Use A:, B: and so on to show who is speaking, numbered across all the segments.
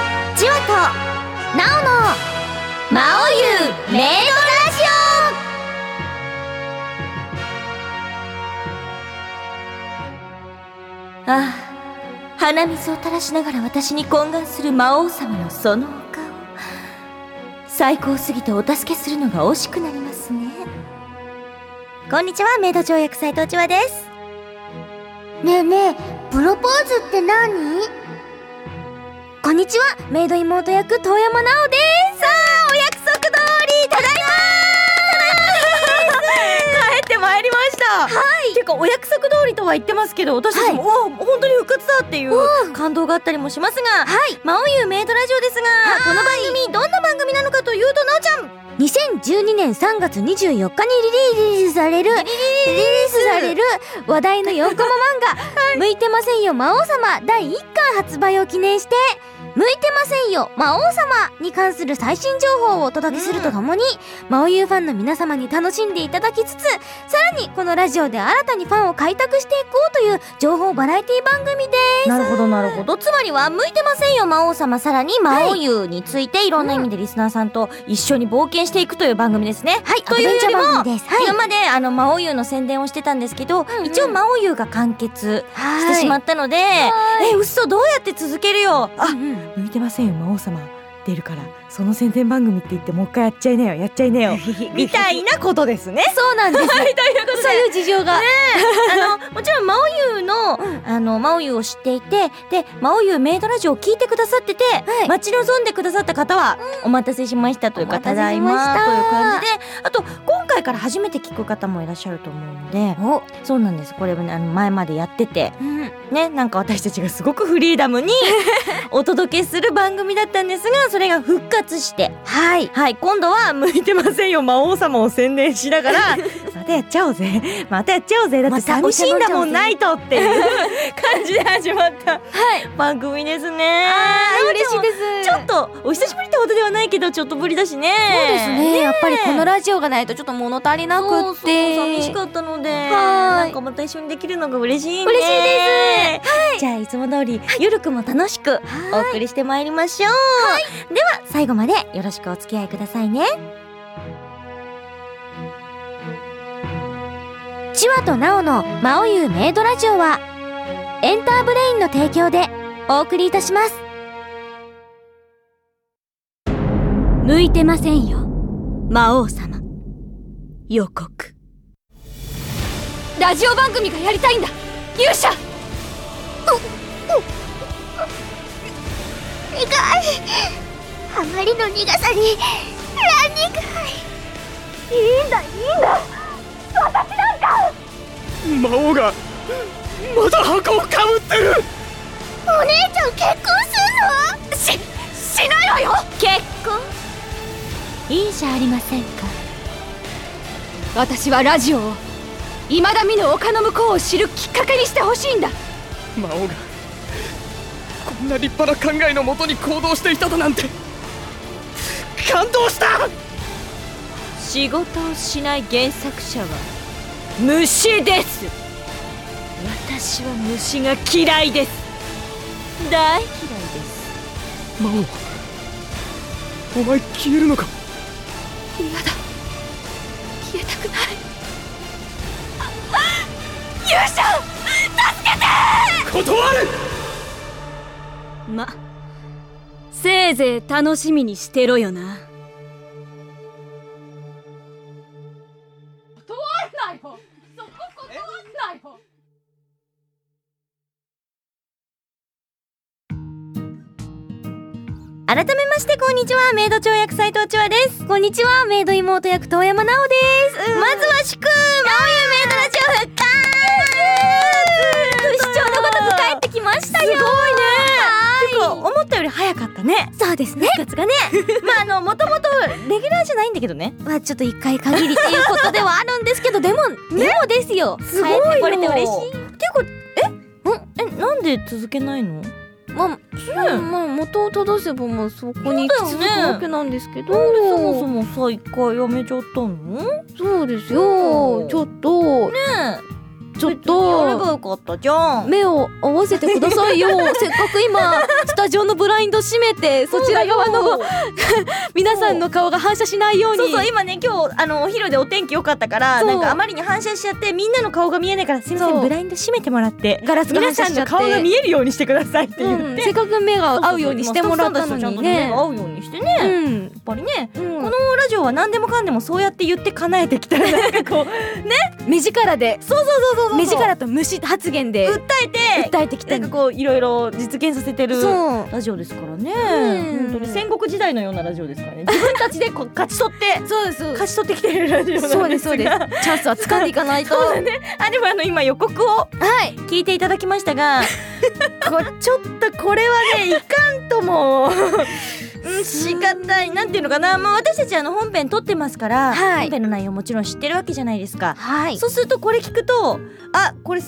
A: となおの魔王優メイドラジオああ鼻水を垂らしながら私に懇願する魔王様のそのお顔最高すぎてお助けするのが惜しくなりますねこんにちはメイド条約斎藤千和です
B: ねえねえプロポーズって何
A: こんにちはメイド妹役遠山奈緒ですさあお約束通りただいま
C: 帰ってまいりましたはいていうかお約束通りとは言ってますけど私たちも、おお本当に復活だっていう感動があったりもしますがはい魔王優メイドラジオですがこの番組どんな番組なのかというとなおちゃん
A: 2012年3月24日にリリースされるリリースされる話題の4コマ漫画 「向いてませんよ魔王様」第1巻発売を記念して「向いてませんよ魔王様」に関する最新情報をお届けするとともに、魔王優ファンの皆様に楽しんでいただきつつさらにこのラジオで新たにファンを開拓していこうという情報バラエティ番組で
C: なるほどなるほど
A: つまりは「向いてませんよ魔王様」さらに「魔王優」についていろんな意味でリスナーさんと一緒に冒険していくという番組ですね。
B: はい
A: というよりも
B: アドベンチャー番組ですはい
A: 今まであの魔王優の宣伝をしてたんですけど、
B: んうん
A: 一応魔王優が完結
B: は
A: してしまったので、え嘘どうやって続けるよあ
C: 向いてませんよ魔王様出るからその宣伝番組って言ってもう一回やっちゃいなよやっちゃい なよみたいなことですね
A: そうなんです
C: はいということで
A: そういう事情が、
C: あのもちろん魔王優の
A: あの魔王優を知っていてで魔王優メイドラジオを聞いてくださってて、
B: はい
A: 待ち望んでくださった方はお待たせしましたというか、
B: お
A: た
B: 待
A: だ
B: たせ
A: い
B: しました
A: まという感じであと今回から初めて聞く方もいらっしゃると思うのでそうなんですこれ、ね、あの前までやってて
B: うん
A: ねなんか私たちがすごくフリーダ ムにお届けする番組だったんですがそれが復活して
B: はい
A: はい今度は向いてませんよ魔王様を宣伝しながら
C: またやっちゃおうぜまたやっちゃおうぜだって寂しいんだもん
A: また
C: ないとっていう 感じで始まった番組ですね
B: 嬉しいです
A: ちょっとお久しぶりってことではないけどちょっとぶりだしね
B: そうですねやっぱりこのラジオがないとちょっと物足りなくって
A: そうそう寂しかったので
B: はーい
A: なんかまた一緒にできるのが嬉しいね
B: 嬉しい
A: ですはいじゃあいつも通りゆるくも楽しくお送りしてまいりましょうでは最後までよろしくお付き合いくださいね
B: チワとナオのマオユメイドラジオはエンターブレインの提供でお送りいたします
A: 向いてませんよ魔王様予告
B: ラジオ番組がやりたいんだ勇者
D: 苦いあまりの苦さにランニングいいんだいいんだ
E: 魔王がまだ箱をかぶってる
D: お姉ちゃん結婚すんのししないわよ結婚
A: いいじゃありませんか
B: 私はラジオを今田美の丘の向こうを知るきっかけにしてほしいんだ
E: 魔王がこんな立派な考えのもとに行動していただなんて感動した
A: 仕事をしない原作者は虫です私は虫が嫌いです大嫌いです
E: 魔王お前消えるのか
D: 消えたくない
E: 断る
A: ませいぜい楽しみにしてろよな改めましてこんにちはメイド長役斉藤千和ですこんにちはメイド妹役遠山奈緒ですまずは祝魔王優メイドラジオ復活不死鳥のごとく帰ってきましたよすごいねてか思ったより早かったねそうですね復活がね まああのもともとレギュラーじゃないんだけどね
B: まあちょっと一回限りっていうことではあるんですけどでも、でもですよ
A: すごい
B: 帰っ
A: よ
B: てこれて嬉しい
A: えなんで続けないの
B: まあ、まあ元を正せばまあそこに行き着くわけなんですけど
A: なんでそもそもさ一回やめちゃったのね
B: そうですよちょっと、
A: え
B: ちょっ
A: やれば
B: と
A: よかったじゃん
B: 目を合わせてくだ さいよせっかく今スタジオのブラインド閉めてそちら側の皆さんの顔が反射しないように
A: そうそう今ね今日あのお昼でお天気良かったから
B: そう
A: なんかあまりに反射しちゃってみんなの顔が見えないからすいませ
B: そ
A: ん
B: う
A: ブラインド閉めてもらって
B: ガラスが
A: 皆
B: 反射
A: さ
B: し
A: ん
B: ち
A: の
B: ゃって
A: 顔が見えるようにしてくださいって言って、
B: うんせっかく目が合うようにしてもらったのにね
A: 合うようにしてね、やっ
B: うん
A: ぱりね、
B: うん
A: このラジオは何でもかんでもそうやって言って叶えてきたらなんかこう
B: 目力で
A: そうそうそうそうそう
B: 目力と虫発言で
A: 訴えて
B: 訴えてきた
A: なん
B: の
A: かこういろいろ実現させてる
B: そう
A: ラジオですからね、
B: うん
A: 本当に戦国時代のようなラジオです からね自分たちでこう勝ち取って
B: そうですそうです
A: 勝ち取ってきてるラジオなんですが
B: そうですそうですチャンスは掴んでいかないと
A: そうだね あでもあの今予告を
B: はい
A: 聞いていただきました がこちょっとこれはねいかんとも うん仕方いなんていうのかな、まあ、私たちあの本編撮ってますから、
B: はい
A: 本編の内容もちろん知ってるわけじゃないですか、
B: はい
A: そうするとこれ聞くとあこれ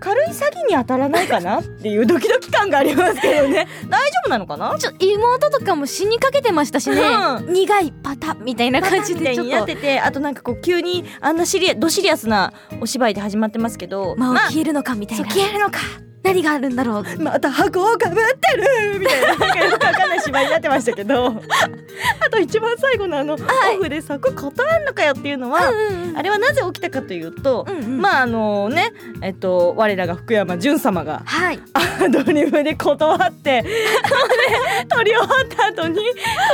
A: 軽い詐欺に当たらないかなっていうドキドキ感がありますけど ね大丈夫なのかな
B: ちょ妹とかも死にかけてましたしね
A: う
B: 苦いパタみたいな感じ
A: みた
B: で
A: い
B: ちょ
A: にな
B: っ
A: っ
B: と
A: ててあとなんかこう急にあんなシリアドシリアスなお芝居で始まってますけど
B: まあ
A: まあ
B: 消えるのかみたい
A: そう
B: な
A: 消えるのか
B: 何があるんだろう
A: また箱をかぶってるみたいななんかよくわかんない芝居になってましたけど あと一番最後のあの、オフで柵断るのかよっていうのは、あれはなぜ起きたかというと、
B: あ
A: まああのねえっと我らが福山潤様が
B: はい
A: アドリブで断って、 ね、撮り終わった後に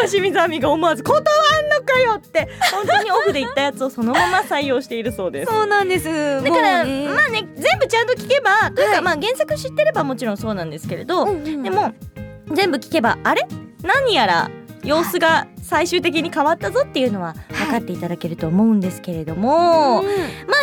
A: 清水亜美が思わず「断んのかよ!」って本当にオフで言ったやつをそのまま採用しているそうです。
B: そうなんです
A: だから、
B: もうね
A: まあね全部ちゃんと聞けばというか、まあ原作知ってればもちろんそうなんですけれど、
B: うんうん
A: でも全部聞けばあれ何やら様子が最終的に変わったぞっていうのは分かっていただけると思うんですけれども、
B: う
A: ま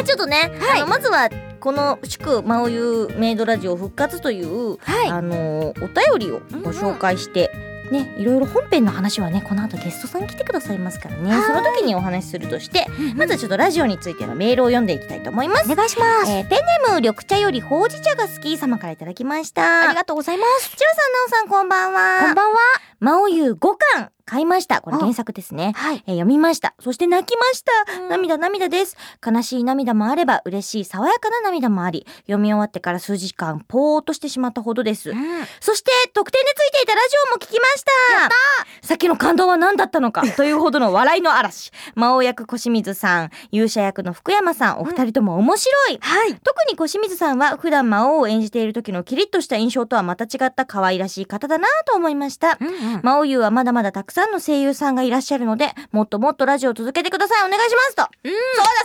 A: あちょっとね、あのまずはこの祝真央ゆメイドラジオ復活という、
B: はい
A: あのお便りをご紹介して、ねいろいろ本編の話はねこの後ゲストさん来てくださいますからねその時にお話しするとして、まずはちょっとラジオについてのメールを読んでいきたいと思います。
B: お願いします
A: えーペンネーム緑茶よりほうじ茶が好き様からいただきました。
B: ありがとうございます
A: チロさん、なおさん、こんばんは。
B: こんばんは
A: 魔王優5巻買いました。これ
B: あ
A: 原作ですね。
B: はい
A: えー読みました。そして泣きました。
B: うん
A: 涙涙です。悲しい涙もあれば、嬉しい爽やかな涙もあり、読み終わってから数時間ぽーっとしてしまったほどです。そして、特典でついていたラジオも聞きました。さっきの感動は何だったの かというほどの笑いの嵐。魔王役小清水さん、勇者役の福山さん、お二人とも面白い。
B: はい
A: 特に小清水さんは普段魔王を演じている時のキリッとした印象とはまた違った可愛らしい方だなぁと思いました。魔王優はまだまだたくさんの声優さんがいらっしゃるので、もっともっとラジオを続けてください。お願いしますと。うん、そうだそ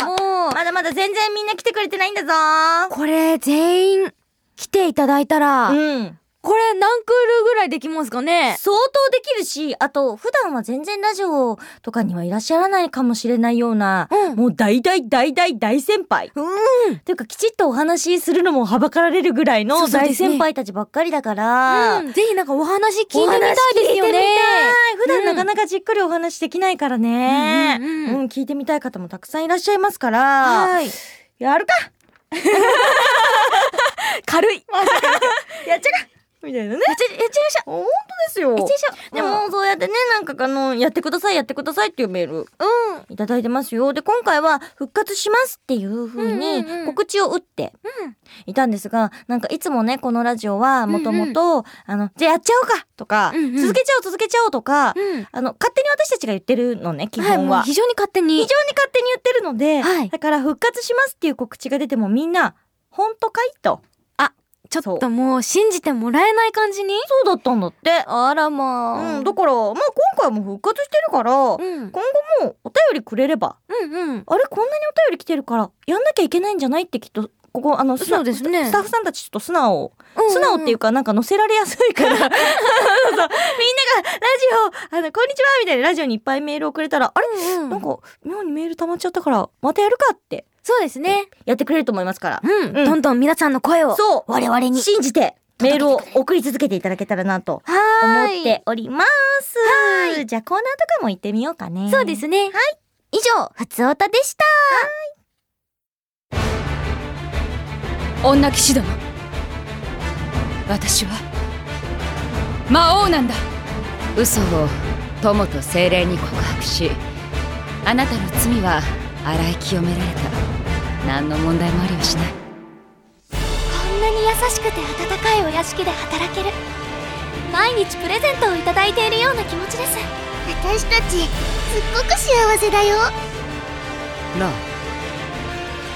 A: うだそうだそうだそうだ
B: もう
A: まだまだ全然みんな来てくれてないんだぞ
B: これ全員来ていただいたら
A: うん。
B: これ何クールぐらいできますかね
A: 相当できるし、あと、普段は全然ラジオとかにはいらっしゃらないかもしれないような、
B: うん
A: もう大大大大大先輩。
B: うん
A: というかきちっとお話しするのもはばかられるぐらい
B: そ
A: の
B: うそう
A: 大
B: ですね
A: 先輩たちばっかりだから、
B: うん、ぜひなんかお話聞いて
A: お
B: みたい
A: 話
B: ですよね
A: 聞いてみたい普
B: う
A: 段
B: ん
A: なかなかじっくりお話できないからね、
B: う
A: うんん
B: うんうん
A: 聞いてみたい方もたくさんいらっしゃいますから、
B: はい
A: やるか
B: 軽い
A: やっちゃかみたいなね。
B: やっちゃやっちゃいましょう
A: 本当ですよ。
B: やっちゃいましょう
A: でも、そうやってね、なんかあの、やってください、やってくださいっていうメール、いただいてますよ。で、今回は復活しますっていう風
B: うんうんうん
A: に告知を打っていたんですが、なんかいつもね、このラジオはもともと、あの、じゃあやっちゃおうかとか、
B: うんうん
A: 続けちゃおう続けちゃおうとか、
B: うん、うん
A: あの、勝手に私たちが言ってるのね、基
B: はい
A: 本
B: もう
A: は。
B: 非常に勝手に
A: 非常に勝手に言ってるので、
B: はい
A: だから復活しますっていう告知が出てもみんな、本当かいと。
B: ちょっともう信じてもらえない感じに
A: そうだったんだって。
B: あらまあ
A: うん、だから、まあ今回も復活してるから、今
B: うんうん
A: 後もお便りくれれば、
B: うん
A: あれこんなにお便り来てるから、やんなきゃいけないんじゃないってきっと、ここ、あの、素直
B: そうですね
A: スタッフさんたちちょっと素直、
B: うん
A: 素直っていうか、なんか載せられやすい から、そうそうみんながラジオ、あの、こんにちはみたいなラジオにいっぱいメールをくれたら、あれ、
B: うんうん
A: なんか、妙にメール溜まっちゃったから、またやるかって、
B: そうですね
A: やってくれると思いますから。
B: うん、
A: うん
B: どんどん皆さんの声を
A: そう
B: 我々に
A: 信じて、メールを送り続けていただけたらなと思
B: はーい
A: っております。はい。じゃあコーナーとかも行ってみようかね。
B: そうですねはい以上ふつおたでした
E: 女騎士ども私は魔王なんだ嘘を友と精霊に告白しあなたの罪は洗い清められた
F: 何の問題もありはしない
G: こんなに優しくて温かいお屋敷で働ける毎日プレゼントをいただいているような気持ちです私たちすっごく幸せだよ
E: なあ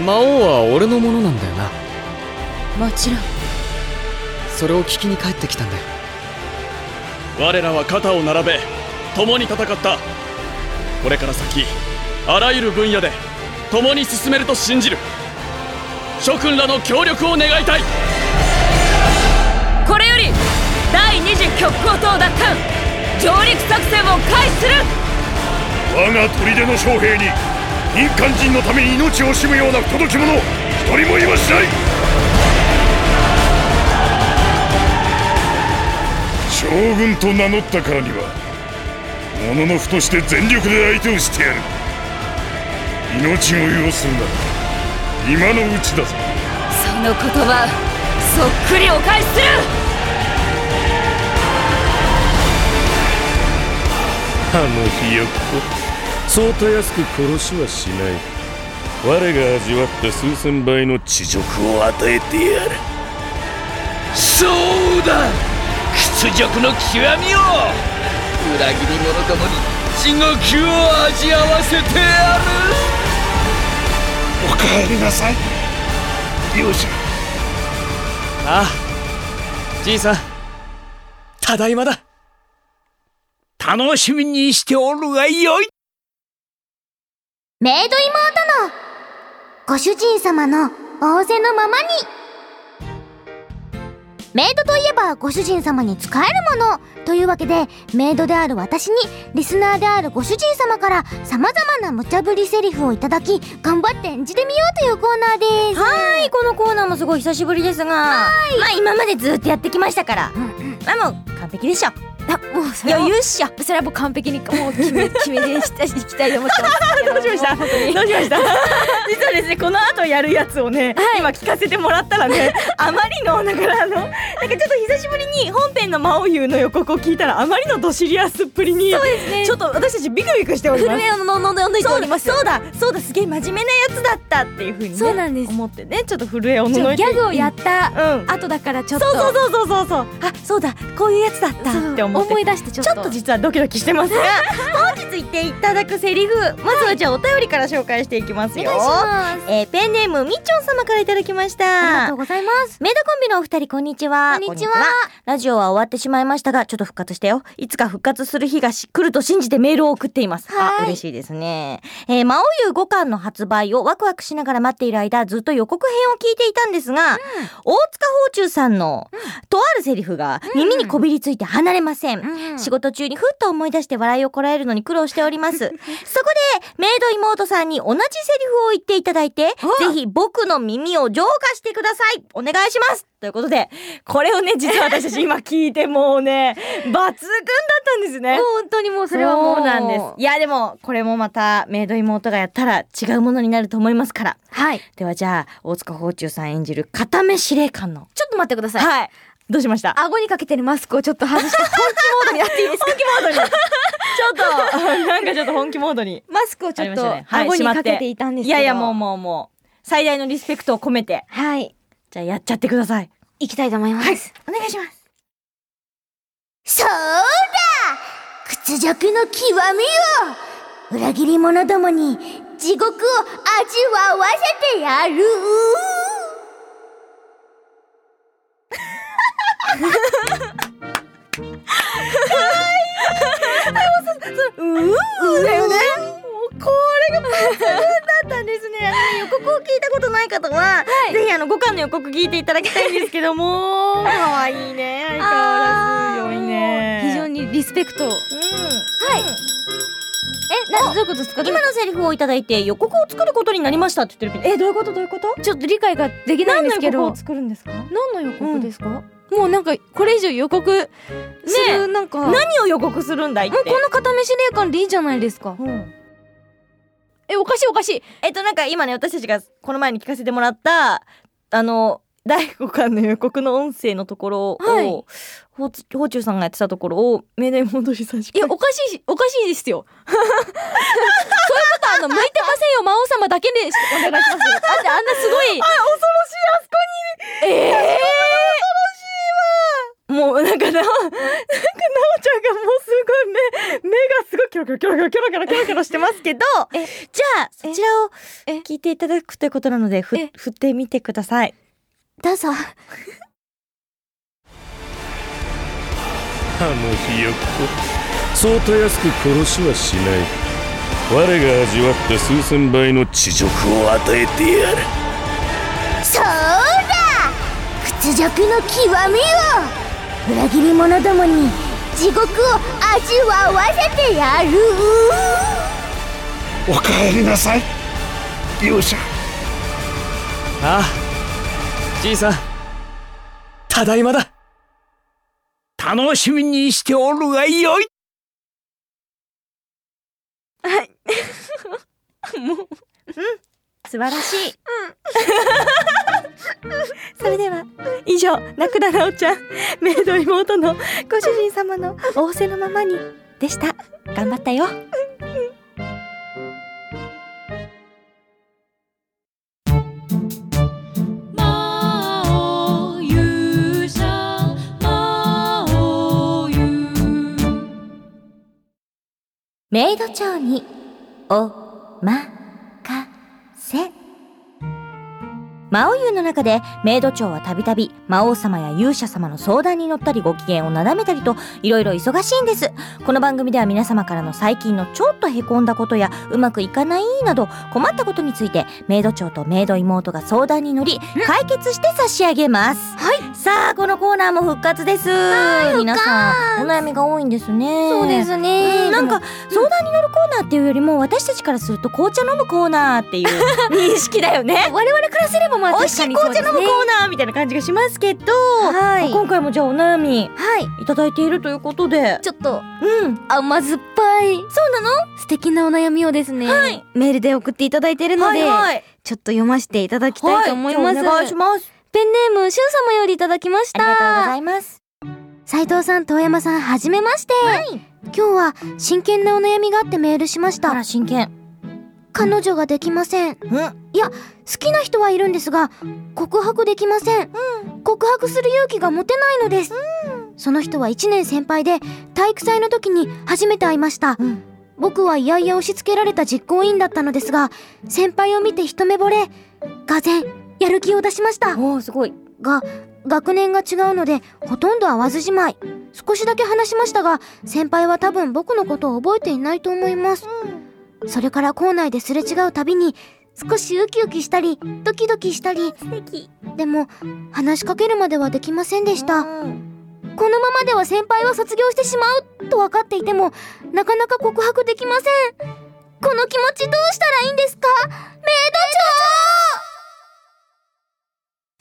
E: 魔王は俺のものなんだよな
F: もちろん
E: それを聞きに帰ってきたんだよ我らは肩を並べ共に戦ったこれから先あらゆる分野で共に進めると信じる諸君らの協力を願いたい
C: これより第二次極光島奪還上陸作戦を開始する
H: 我が砦の将兵に民間人のために命を惜しむような不届き者一人もいはしない将軍と名乗ったからにはもののふとして全力で相手をしてやる命を要するなら今のうちだぞ
F: その言葉そっくりお返しする
H: あのひよっこそうたやすく殺しはしない我が味わった数千倍の恥辱を与えてやる
E: そうだ屈辱の極みを裏切り者どもに地獄を味合わせてやる
H: おかえりなさい勇者
E: ああじいさんただいまだ
I: 楽しみにしておるがよい
B: メイド妹のご主人様の仰せのままにメイドといえばご主人様に仕えるものというわけでメイドである私にリスナーであるご主人様からさまざまな無茶ぶりセリフをいただき頑張って演じてみようというコーナーです
A: はいこのコーナーもすごい久しぶりですがまあ今までずっとやってきましたから、まあもう完璧でしょ
C: もうそれは
A: 余裕っしょ
C: それはもう完璧にもう決め決めでしたいきたいと思ってますけどどうしました
A: どうしました実はですねこの後やるやつをね、今聞かせてもらったら ねあまりのだからあのなんかちょっと久しぶりに本編の「魔王優」の予告を聞いたらあまりのどシリアスっぷりにちょっと私たちビクビクしております
C: 震えをののののいて
A: そう
C: おり
A: だ
C: ますよ
A: そうだそうだすげえ真面目なやつだったっていうふうにね
C: そうなんです
A: 思ってねちょっと震えをの
C: ち
A: の
C: ょ
A: い
C: ギ
A: て
C: ャグをやった
A: うん
C: 後だからちょっ
A: そ
C: と
A: うそうそうそうそうあそうだこういうやつだったって思って
C: 思い出してちょっ
A: ち
C: と
A: ょっと実はドキドキしてますが本日言っていただくセリフまずはじゃあお便りから紹介していきますよ、えーペンネームみっちょん様からいただきまし
B: ありが
A: た
B: とうございます
A: メイドコンビのお二人こんにちは
B: こんにちは
A: ラジオは終わってしまいましたがちょっと復活してよいつか復活する日がし来ると信じてメールを送っています
B: は
A: あ
B: い
A: 嬉しいですねえー、魔王優5巻の発売をワクワクしながら待っている間ずっと予告編を聞いていたんですが、大塚宝中さんの、とあるセリフが耳にこびりついて離れません、仕事中にふっと思い出して笑いをこらえるのに苦労しております そこでメイド妹さんに同じセリフを言っていただい てぜひ僕の耳を浄化してくださいお願いしますということでこれをね実は私たち今聞いてもう ね抜群だったんですね
C: 本当にもうそ
A: そ
C: れ
A: れは
C: はもう
A: そうなんですいやでもこれもまたメイド妹がやったら違うものになると思いますから
C: はい
A: ではじゃあ大塚宝中さん演じる片目司令官の
C: ちょっと待ってください
A: はいどうしました
C: 顎にかけてるマスクをちょっと外して本気モードになっていいですか
A: 本気モードにちょっと なんかちょっと本気モードに
C: マスクをちょっと顎にかけていたんです
A: い
C: けど
A: やいやもうもうもう最大のリスペクトを込めて
C: はい
A: じゃあやっちゃってください
C: 行きたいと思います、
A: お願いします
B: そうだ屈辱の極みを裏切り者どもに地獄を味わわせてやる
A: うーうーだよねもうこれが抜群だったんですねあのね予告を聞いたことない方は、ぜひあの5巻の予告聞いていただきたいんですけども可愛いね相変わらず良いね
C: 非常にリスペクト
A: はい、
C: えなどういうことですか
A: 今のセリフをいただいて予告を作ることになりましたって言ってるけどえどういうことどういうこと
C: ちょっと理解ができないんですけど
A: 作るんですか
C: 何の予告ですか、もうなんかこれ以上予告するなんか、もう
A: 何を予告するんだいって
C: この片目司令官でいいじゃないですかえおかしいおかしい
A: えっとなんか今ね私たちがこの前に聞かせてもらったあの第5巻の予告の音声のところを、
C: はい
A: ほうつほうちゅうさんがやってたところを目で戻り差し
C: いや、おかしい、おかし いですよ。そういうこと、あの、向いてませんよ、魔王様だけでしお願いしますよ。あんあんなすごい。恐ろしい、あそこに。ええ
A: もうなんかななんかなおちゃんがもうすごい目目がすごいキョロキョロキョロキョロキョロキョロキョロキョロしてますけどじゃあそちらを
C: え
A: 聞いていただくということなのでふ
C: え
A: 振ってみてください
B: どうぞ
H: あのひよっこそうたやすく殺しはしない我が味わった数千倍の恥辱を与えてやる
G: そうだ屈辱の極みを裏切り者どもに地獄を味わわせてやる
H: おかえりなさい勇者
E: ああじいさんただいまだ
I: 楽しみにしておるがよい
A: 素晴らしいそれでは以上ラクダなおちゃんメイド妹のご主人様の仰せのままにでした頑張ったよ
B: メイド長におまかせ
A: 魔王湯の中でメイド長はたびたび魔王様や勇者様の相談に乗ったりご機嫌をなだめたりといろいろ忙しいんですこの番組では皆様からの最近のちょっとへこんだことやうまくいかないなど困ったことについてメイド長とメイド妹が相談に乗り解決して差し上げますはいさあこのコーナーも復活です皆さんお悩みが多いんですね
B: そうですね、
A: うんなんか相談に乗るコーナーっていうよりも私たちからすると紅茶飲むコーナーっていう認識だよね
B: 我々からすればま あ
A: 美味しい紅茶飲むコーナーみたいな感じがしますけど、
B: はい
A: 今回もじゃあお悩み
B: はい
A: いただいているということで
B: ちょっと
A: うん
B: 甘酸っぱいそうなの素敵なお悩みをですね、
A: はい
B: メールで送っていただいているの
A: い
B: で、ちょっと読ませていただきたいと思います,、
A: はじゃあお願いします
B: ペンネームしゅん様よりいただきました
A: います
B: 斉藤さん遠山さんはじめまして、今日は真剣なお悩みがあってメールしまし
A: あ
B: た
A: ら真剣
B: 彼女ができません好
A: うん
B: きな人はいるんですが告白できません、告白する勇気が持てないのです、その人は1年先輩で体育祭の時に初めて会いました、
A: うん
B: 僕はいやいや押し付けられた実行委員だったのですが先輩を見て一目惚れがぜんやる気を出しました
A: おおすごい
B: が学年が違うのでほとんど会わずじまい少しだけ話しましたが先輩は多分僕のことを覚えていないと思います、それから校内ですれ違うたびに少しウキウキしたりドキドキしたりでも話しかけるまではできませんでした、このままでは先輩は卒業してしまうと分かっていてもなかなか告白できませんこの気持ちどうしたらいいんですかメイド長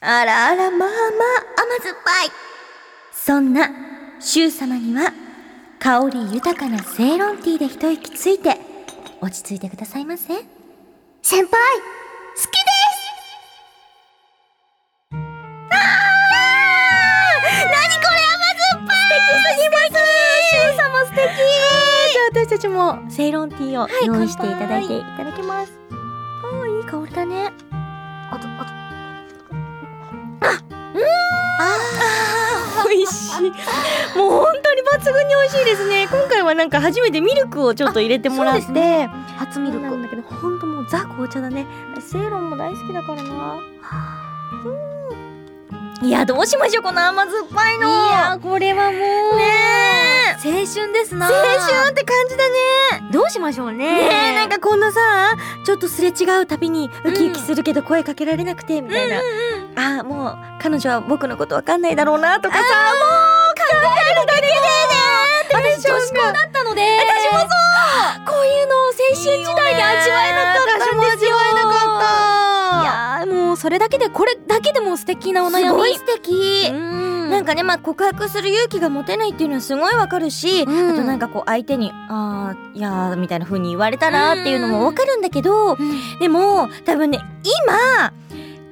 A: あらあらまあまあ甘酸っぱいそんな柊様には香り豊かなセイロンティーで一息ついて落ち着いてくださいませ
B: 先輩好きです
A: じゃあ私たちもセイロンティーを用意していただいていただきます。ああいい香りだね。あとあと。あうん。ああ美味しい。もう本当に抜群に美味しいですね。今回はなんか初めてミルクをちょっと入れてもらって、初ミルクなんだけど本当もうザ紅茶だね。セイロンも大好きだからな。うんいやどうしましょうこの甘酸っぱいの。
B: いやこれはもう、
A: ねえ。
B: 青春ですな
A: 青春って感じだね。
B: どうしましょうね
A: ねえなんかこんなさちょっとすれ違うたびにウキウキするけど声かけられなくてみたいな、ああもう彼女は僕のことわかんないだろうなとかさもう考えるだけでね私女子校だったので私もそうこういうのを青春時代に味わえなかったんですよ
C: ー、いやーもうそれだけで、これだけでも素敵なお悩み。
A: すごい素敵、
C: うん。
A: なんかねまあ告白する勇気が持てないっていうのはすごいわかるし、
B: うん
A: あとなんかこう相手に「あーいやー」みたいな風に言われたらっていうのもわかるんだけど、でも多分ね今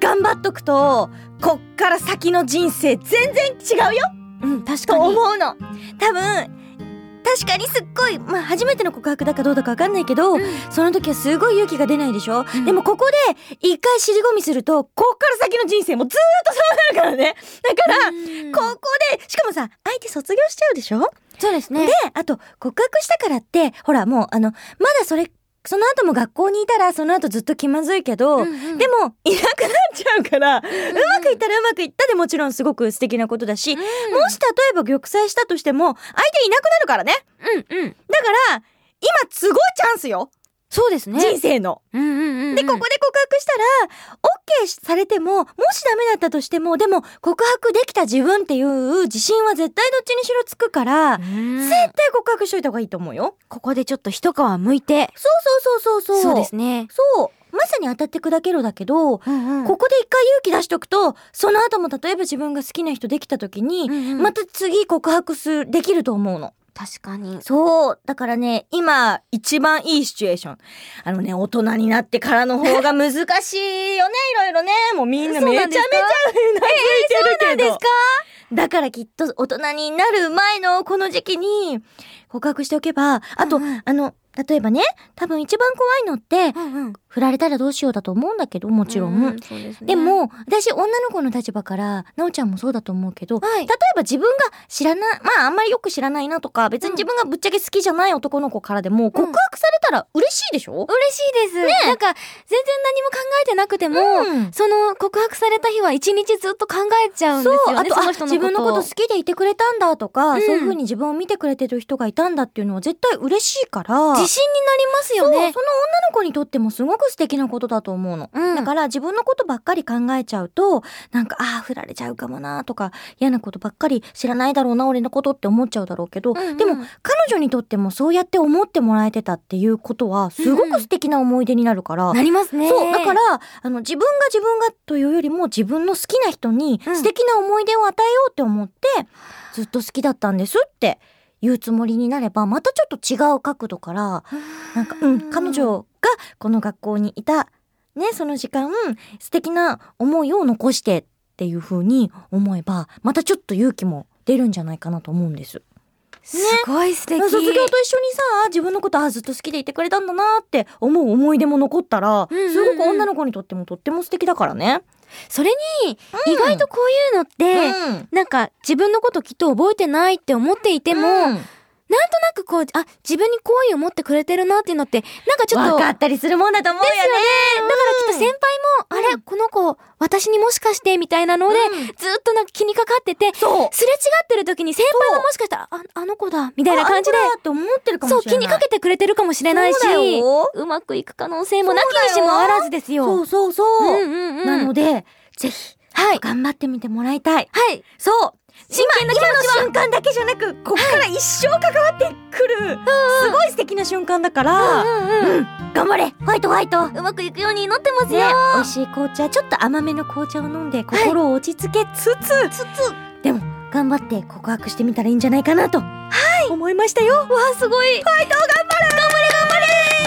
A: 頑張っとくとこっから先の人生全然違うよ
B: うん確
A: と
B: かに
A: 思うの多分確かにすっごい、まあ、初めての告白だかどうだか分かんないけど、その時はすごい勇気が出ないでしょ、でもここで一回尻込みするとこっから先の人生もずーっとそうなるからねだから、ここでしかもさ相手卒業しちゃうでしょ
B: そうですね
A: で、あと、告白したからって、ほら、もう、あの、まだそれ、その後も学校にいたら、その後ずっと気まずいけど、でも、いなくなっちゃうから、うまくいったらうまくいったでもちろんすごく素敵なことだし、もし例えば玉砕したとしても、相手いなくなるからね。
B: うんうん
A: だから、今、すごいチャンスよ。
B: そうですね
A: 人生の。
B: うんうんうんうん
A: で、ここで告白したら、OK されても、もしダメだったとしても、でも、告白できた自分っていう自信は絶対どっちにしろつくから、
B: うん
A: 絶対告白しといた方がいいと思うよ。
B: ここでちょっと一皮むいて
A: そうそうそうそうそう。
B: そうですね
A: そう。まさに当たって砕けろだけど、ここで一回勇気出しとくと、その後も例えば自分が好きな人できた時に、また次告白する、できると思うの。
B: 確かに
A: そう。だからね、今、一番いいシチュエーション。あのね、大人になってからの方が難しいよね、 いろいろね。もうみんなめちゃめちゃうなずいてるけど。ですかだからきっと大人になる前のこの時期に告白しておけば、あと、あの、例えばね、多分一番怖いのって、振られたらどうしようだと思うんだけど、もちろん。
B: そうですね
A: でも、私、女の子の立場から、なおちゃんもそうだと思うけど、例えば自分が知らない、まああんまりよく知らないなとか、別に自分がぶっちゃけ好きじゃない男の子からでも、告白されたら嬉しいでしょ、
B: 嬉しいです、なんか全然何も考えてなくても、
A: うん
B: その告白された日は一日ずっと考えちゃうんですよ
A: あ
B: ね
A: と、あ
B: の人のこと
A: 自分のこと好きでいてくれたんだとか、
B: うん
A: そういう風に自分を見てくれてる人がいたんだっていうのは絶対嬉しいから、
B: 自信になりますよ
A: そう
B: ね
A: その女の子にとってもすごく素敵なことだと思うの、
B: うん
A: だから自分のことばっかり考えちゃうとなんかああ振られちゃうかもなとか嫌なことばっかり知らないだろうな俺のことって思っちゃうだろうけど、
B: んうん
A: でも彼女にとってもそうやって思ってもらえてたっていうことはすごく素敵な思い出になるから、
B: なりますね
A: そうだからあの自分が自分がというよりも自分の好きな人に素敵な思い出を与えようって思って、ずっと好きだったんですって言うつもりになればまたちょっと違う角度からなんか、うん、彼女がこの学校にいた、ね、その時間素敵な思いを残してっていう風に思えばまたちょっと勇気も出るんじゃないかなと思うんです。
B: すごい素敵、
A: 卒業と一緒にさ自分のことあずっと好きでいてくれたんだなって思う思い出も残ったら、
B: うんうんうん
A: すごく女の子にとってもとっても素敵だからね。
B: それに意外とこういうのって、
A: うん
B: なんか自分のこときっと覚えてないって思っていて
A: う
B: も、なん
A: ん
B: となくこうあ自分に好意を持ってくれてるなっていうのってなんかちょっと
A: 分かったりするもんだと思うよね。
B: だからきっと先輩も、あれ、この子、私にもしかして、みたいなので、ずっとなんか気にかかってて、
A: そう
B: すれ違ってる時に先輩がもしかしたら、あ、あの子だ、みたいな感じで
A: あ、あの子だって思ってるか
B: そ
A: も
B: う、
A: しれ
B: 気
A: ない。
B: にかけてくれてるかもしれないし
A: そうだよ、
B: うまくいく可能性もなきにしもあらずですよ。
A: そうそうそうう。
B: んうんうん。
A: なので、ぜひ、
B: はい。
A: 頑張ってみてもらいたい。
B: はい。
A: そう真剣な気持ち今の瞬間だけじゃなく、ここから一生関わってくる、すごい素敵な瞬間だから、うん頑張れホワイトホワイト
B: うまくいくように祈ってます
A: ね
B: よ。、
A: 美味しい紅茶ちょっと甘めの紅茶を飲んで心を落ち着けつつ、つつでも頑張って告白してみたらいいんじゃないかなとはい思いましたよわあすごいファイト頑張れ頑張れ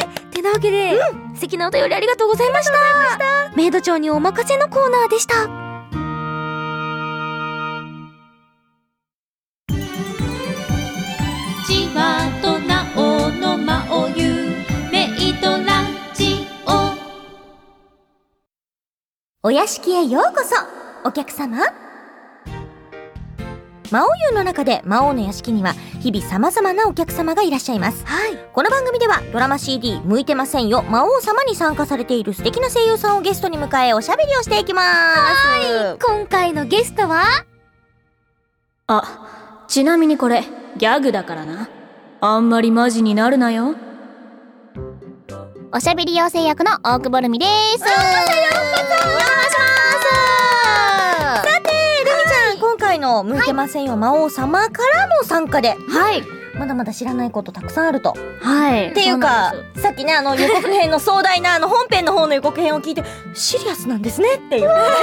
A: 頑張れ
B: てなわけで、素敵なお便りありがとうございました。メイド長にお任せのコーナーでした。
J: ちわとなおのまおゆメイドラジオ
A: お屋敷へようこそお客様魔王湯の中で魔王の屋敷には日々様々なお客様がいらっしゃいます、この番組ではドラマ CD「向いてませんよ魔王様」に参加されている素敵な声優さんをゲストに迎えおしゃべりをしていきます
B: 今回のゲストは
J: あちなみにこれギャグだからなあんまりマジになるなよ
K: おしゃべり妖精役の大久保ルミです
A: 今回の「向いてませんよ、魔王様」からの参加で
B: はい。
A: まだまだ知らないことたくさんあると。
B: はい。
A: っていうかさっきねあの予告編の壮大なあの本編の方の予告編を聞いてシリアスなんですねっていう。
K: だから原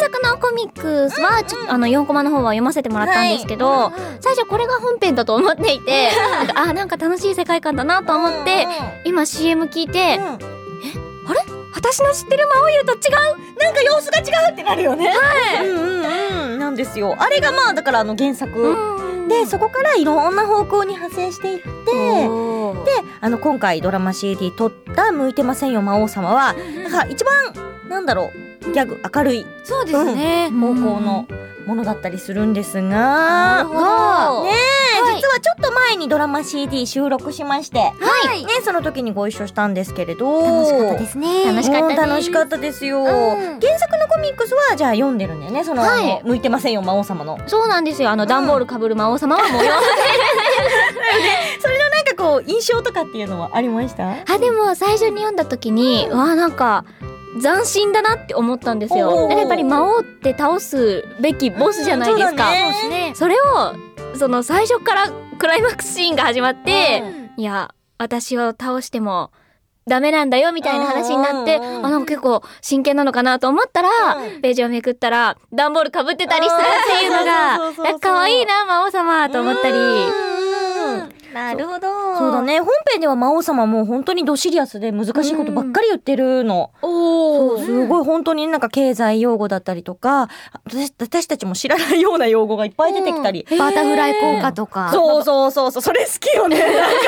K: 作のコミックスはちょっとあの4コマの方は読ませてもらったんですけど、最初これが本編だと思ってい てなんかあなんか楽しい世界観だなと思って、今 CM 聞いて、
A: うん
K: 私
B: 私の知ってる魔王優と違う
A: なんか様子が違うってなるよねはいうんうんうんなんですよあれがまあだからあの原作でそこからいろんな方向に派生していってであの今回ドラマ CD 撮った「向いてませんよ魔王様は」だから一番なんだろうギャグ明るい
C: そうですね、
A: 方向のものだったりするんですが、がねえ、実はちょっと前にドラマ CD 収録しまして、
B: はい
A: ね、その時にご一緒したんですけれど
B: 楽しかったですね
A: 楽しかったです楽しかったですよ、
B: ん
A: 原作のコミックスはじゃあ読んでるんだよねその,、
B: はい
A: あの向いてませんよ魔王様の
B: そうなんですよあの段ボールかぶる魔王様はもう
A: それのなんかこう印象とかっていうのはありました
B: あでも最初に読んだ時に、わあなんか斬新だなって思ったんです
A: おうおう
B: よ。
A: おう
B: やっぱり魔王って倒すべきボスじゃないですか。
A: うん
B: それをその最初からクライマックスシーンが始まって、いや私を倒してもダメなんだよみたいな話になって、
A: うんうんうん
B: あなんか結構真剣なのかなと思ったら、
A: うん
B: ページをめくったら段ボールかぶってたりするっていうのが
A: うんそうそうそうそう
B: なんか可愛いな魔王様と思ったり。
A: なるほどそうだね本編では魔王様も本当にドシリアスで難しいことばっかり言ってるの、
C: お
A: そうすごい本当になんか経済用語だったりとか私私たちも知らないような用語がいっぱい出てきたり、
B: バタフライ効果とか
A: そうそうそうそうそれ好き よねなんかね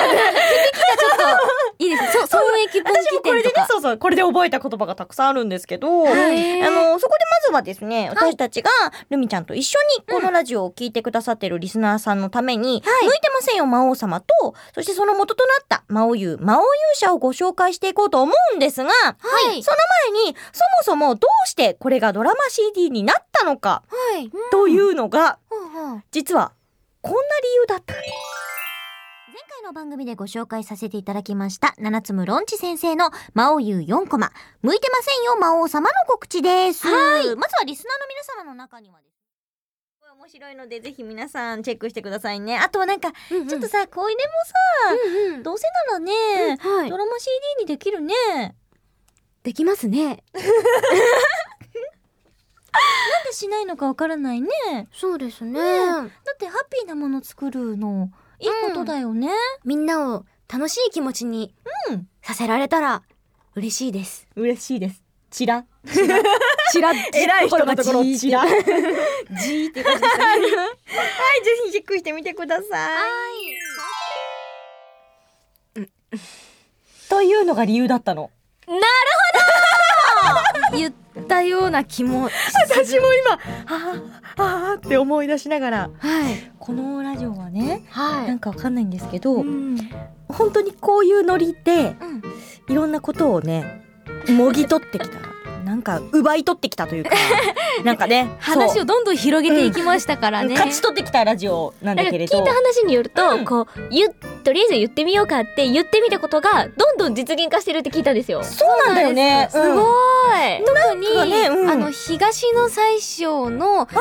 B: いいですそ損益分
A: 私も
B: 岐
A: これで
B: 点と
A: ね
B: か
A: そうそうこれで覚えた言葉がたくさんあるんですけど、
B: はい
A: あのそこでまずはですね私たちがルミちゃんと一緒にこのラジオを聞いてくださってるリスナーさんのために「向いてませんよ魔王様と」そしてその元となった魔王優魔王勇者をご紹介していこうと思うんですが、
B: はい
A: その前にそもそもどうしてこれがドラマ CD になったのか
B: はい
A: というのが
B: 前
A: 実はこんな理由だったんです
B: 回の番組でご紹介させていただきました七つむロンチ先生の魔王優4コマ向いてませんよ魔王様の告知ですはいまずはリスナーの皆様の中にはです
A: 面白いのでぜひ皆さんチェックしてくださいねあとはなんか
B: ね
A: ちょっとさ、小出もさ、どうせならね、
B: はい
A: ドラマ CD にできるね。なん
B: できますね
A: でしないのかわからないね。
B: そうですね
A: だってハッピーなもの作るの、いいことだよね。
B: みんなを楽しい気持ちに
A: うん
B: させられたら嬉しいです
A: 嬉しいです。チラ。
C: ちら
A: 偉い人のところ、チラ。はい、ぜ
C: じーって感じ
A: ひチェックしてみてください。というのが理由だったの。
C: 言ったような気も
A: 私も今、ああ、ああって思い出しながら、
C: はい
A: このラジオはね、
C: は
A: なんかわかんないんですけど、
C: うん
A: 本当にこういうノリで、
B: うん
A: いろんなことをねもぎ取ってきたなんか奪い取ってきたと いうかなんかね
C: 話
A: そう
C: をどんどん広げていきましたからね、
A: 勝ち取ってきたラジオなん
B: な
A: だ
B: んか
A: けれ
B: 聞い
A: ど
B: た話によると、
A: うん
B: こうゆとりあえず言ってみようかって言ってみたことがどんどん実現化してるって聞いたんですよ
A: そうなんだよね
C: すごい、
B: 特に、
A: なんかねうん
C: あの東の最小の婚